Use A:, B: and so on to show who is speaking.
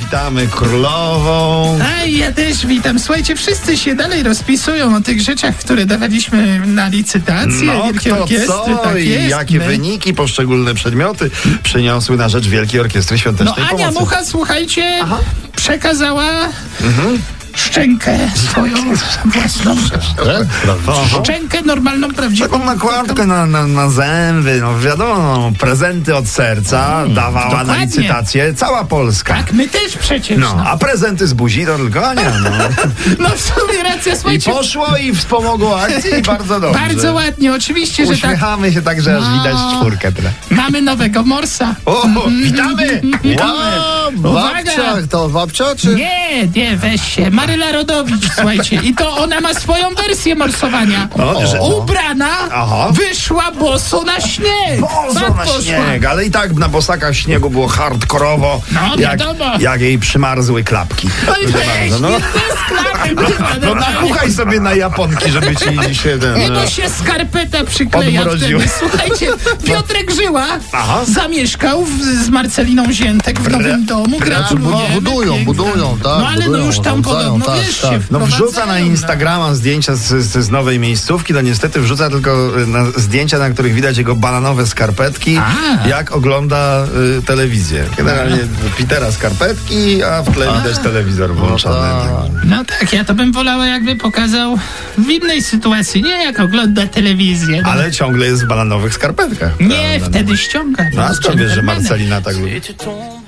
A: witamy królową.
B: Ej, ja też witam. Słuchajcie, wszyscy się dalej rozpisują o tych rzeczach, które dawaliśmy na licytację,
A: No,
B: wielkie
A: kto
B: orkiestry,
A: co
B: tak
A: i
B: jest.
A: jakie
B: my.
A: wyniki poszczególne przedmioty przyniosły na rzecz Wielkiej Orkiestry
B: No
A: Świątecznej
B: Ania
A: Pomocy.
B: Mucha, słuchajcie, przekazała
A: Mhm.
B: szczękę swoją własną.
A: Oho.
B: Szczękę normalną, prawdziwą.
A: Tak, Taką nakładkę na, na, na zęby, no wiadomo, no, prezenty od serca dawała na
B: Mm, dokładnie.
A: licytację cała Polska.
B: Tak, my też przecież.
A: No,
B: No,
A: a prezenty z buzi to tylko Ania, no.
B: no w sumie racja,
A: I
B: słuchajcie.
A: poszło i wspomogło akcję i bardzo dobrze.
B: Bardzo ładnie, oczywiście, że tak.
A: Uśmiechamy się tak, że aż
B: No.
A: widać czwórkę tyle.
B: Mamy nowego morsa.
A: O, witamy! Witamy!
B: No Uwaga!
C: Babcia, to babcia czy?
B: Nie, nie, weź się. Maryla Rodowicz, słuchajcie. I to ona ma swoją wersję morsowania.
A: O, że-
B: Ubrana,
A: Aha.
B: wyszła boso na śnieg.
A: Bozo
B: Tak
A: na
B: poszła.
A: śnieg, ale i tak na bosaka śniegu było hardkorowo,
B: No,
A: jak,
B: wiadomo.
A: jak jej przymarzły klapki.
B: No i weź,
A: bardzo, no.
B: nie bez klapy, bywa,
A: No
B: normalnie.
A: nakuchaj sobie na japonki, żeby ci się ten...
B: Nie, bo się skarpeta przykleja
A: Odmroził.
B: wtedy. Słuchajcie, Piotrek Żyła
A: Aha.
B: zamieszkał w, z Marceliną Ziętek w nowym domu.
C: Znaczy, bu-
B: Gratulujemy.
C: budują,
B: piękna.
C: budują, tak.
B: No ale
C: budują,
B: no już tam
C: urządzają,
B: podobno,
C: tak,
B: wiesz,
C: tak.
B: się
A: No wrzuca na
B: wprowadzają,
A: Instagrama zdjęcia z, z, z nowej miejscówki, no niestety wrzuca tylko y, na zdjęcia, na których widać jego bananowe skarpetki,
B: A.
A: jak ogląda y, telewizję. Generalnie Pitera skarpetki, a w tle widać telewizor włączony.
B: No tak, ja to bym wolała, jakby pokazał w innej sytuacji, nie jak ogląda telewizję. no.
A: Ale ciągle jest w bananowych skarpetkach.
B: nie,
A: prawda?
B: wtedy ściąga.
A: No a
B: Kurczę,
A: skąd wiesz, że
B: normalne.
A: Marcelina tak lubi?
D: Et tu tombes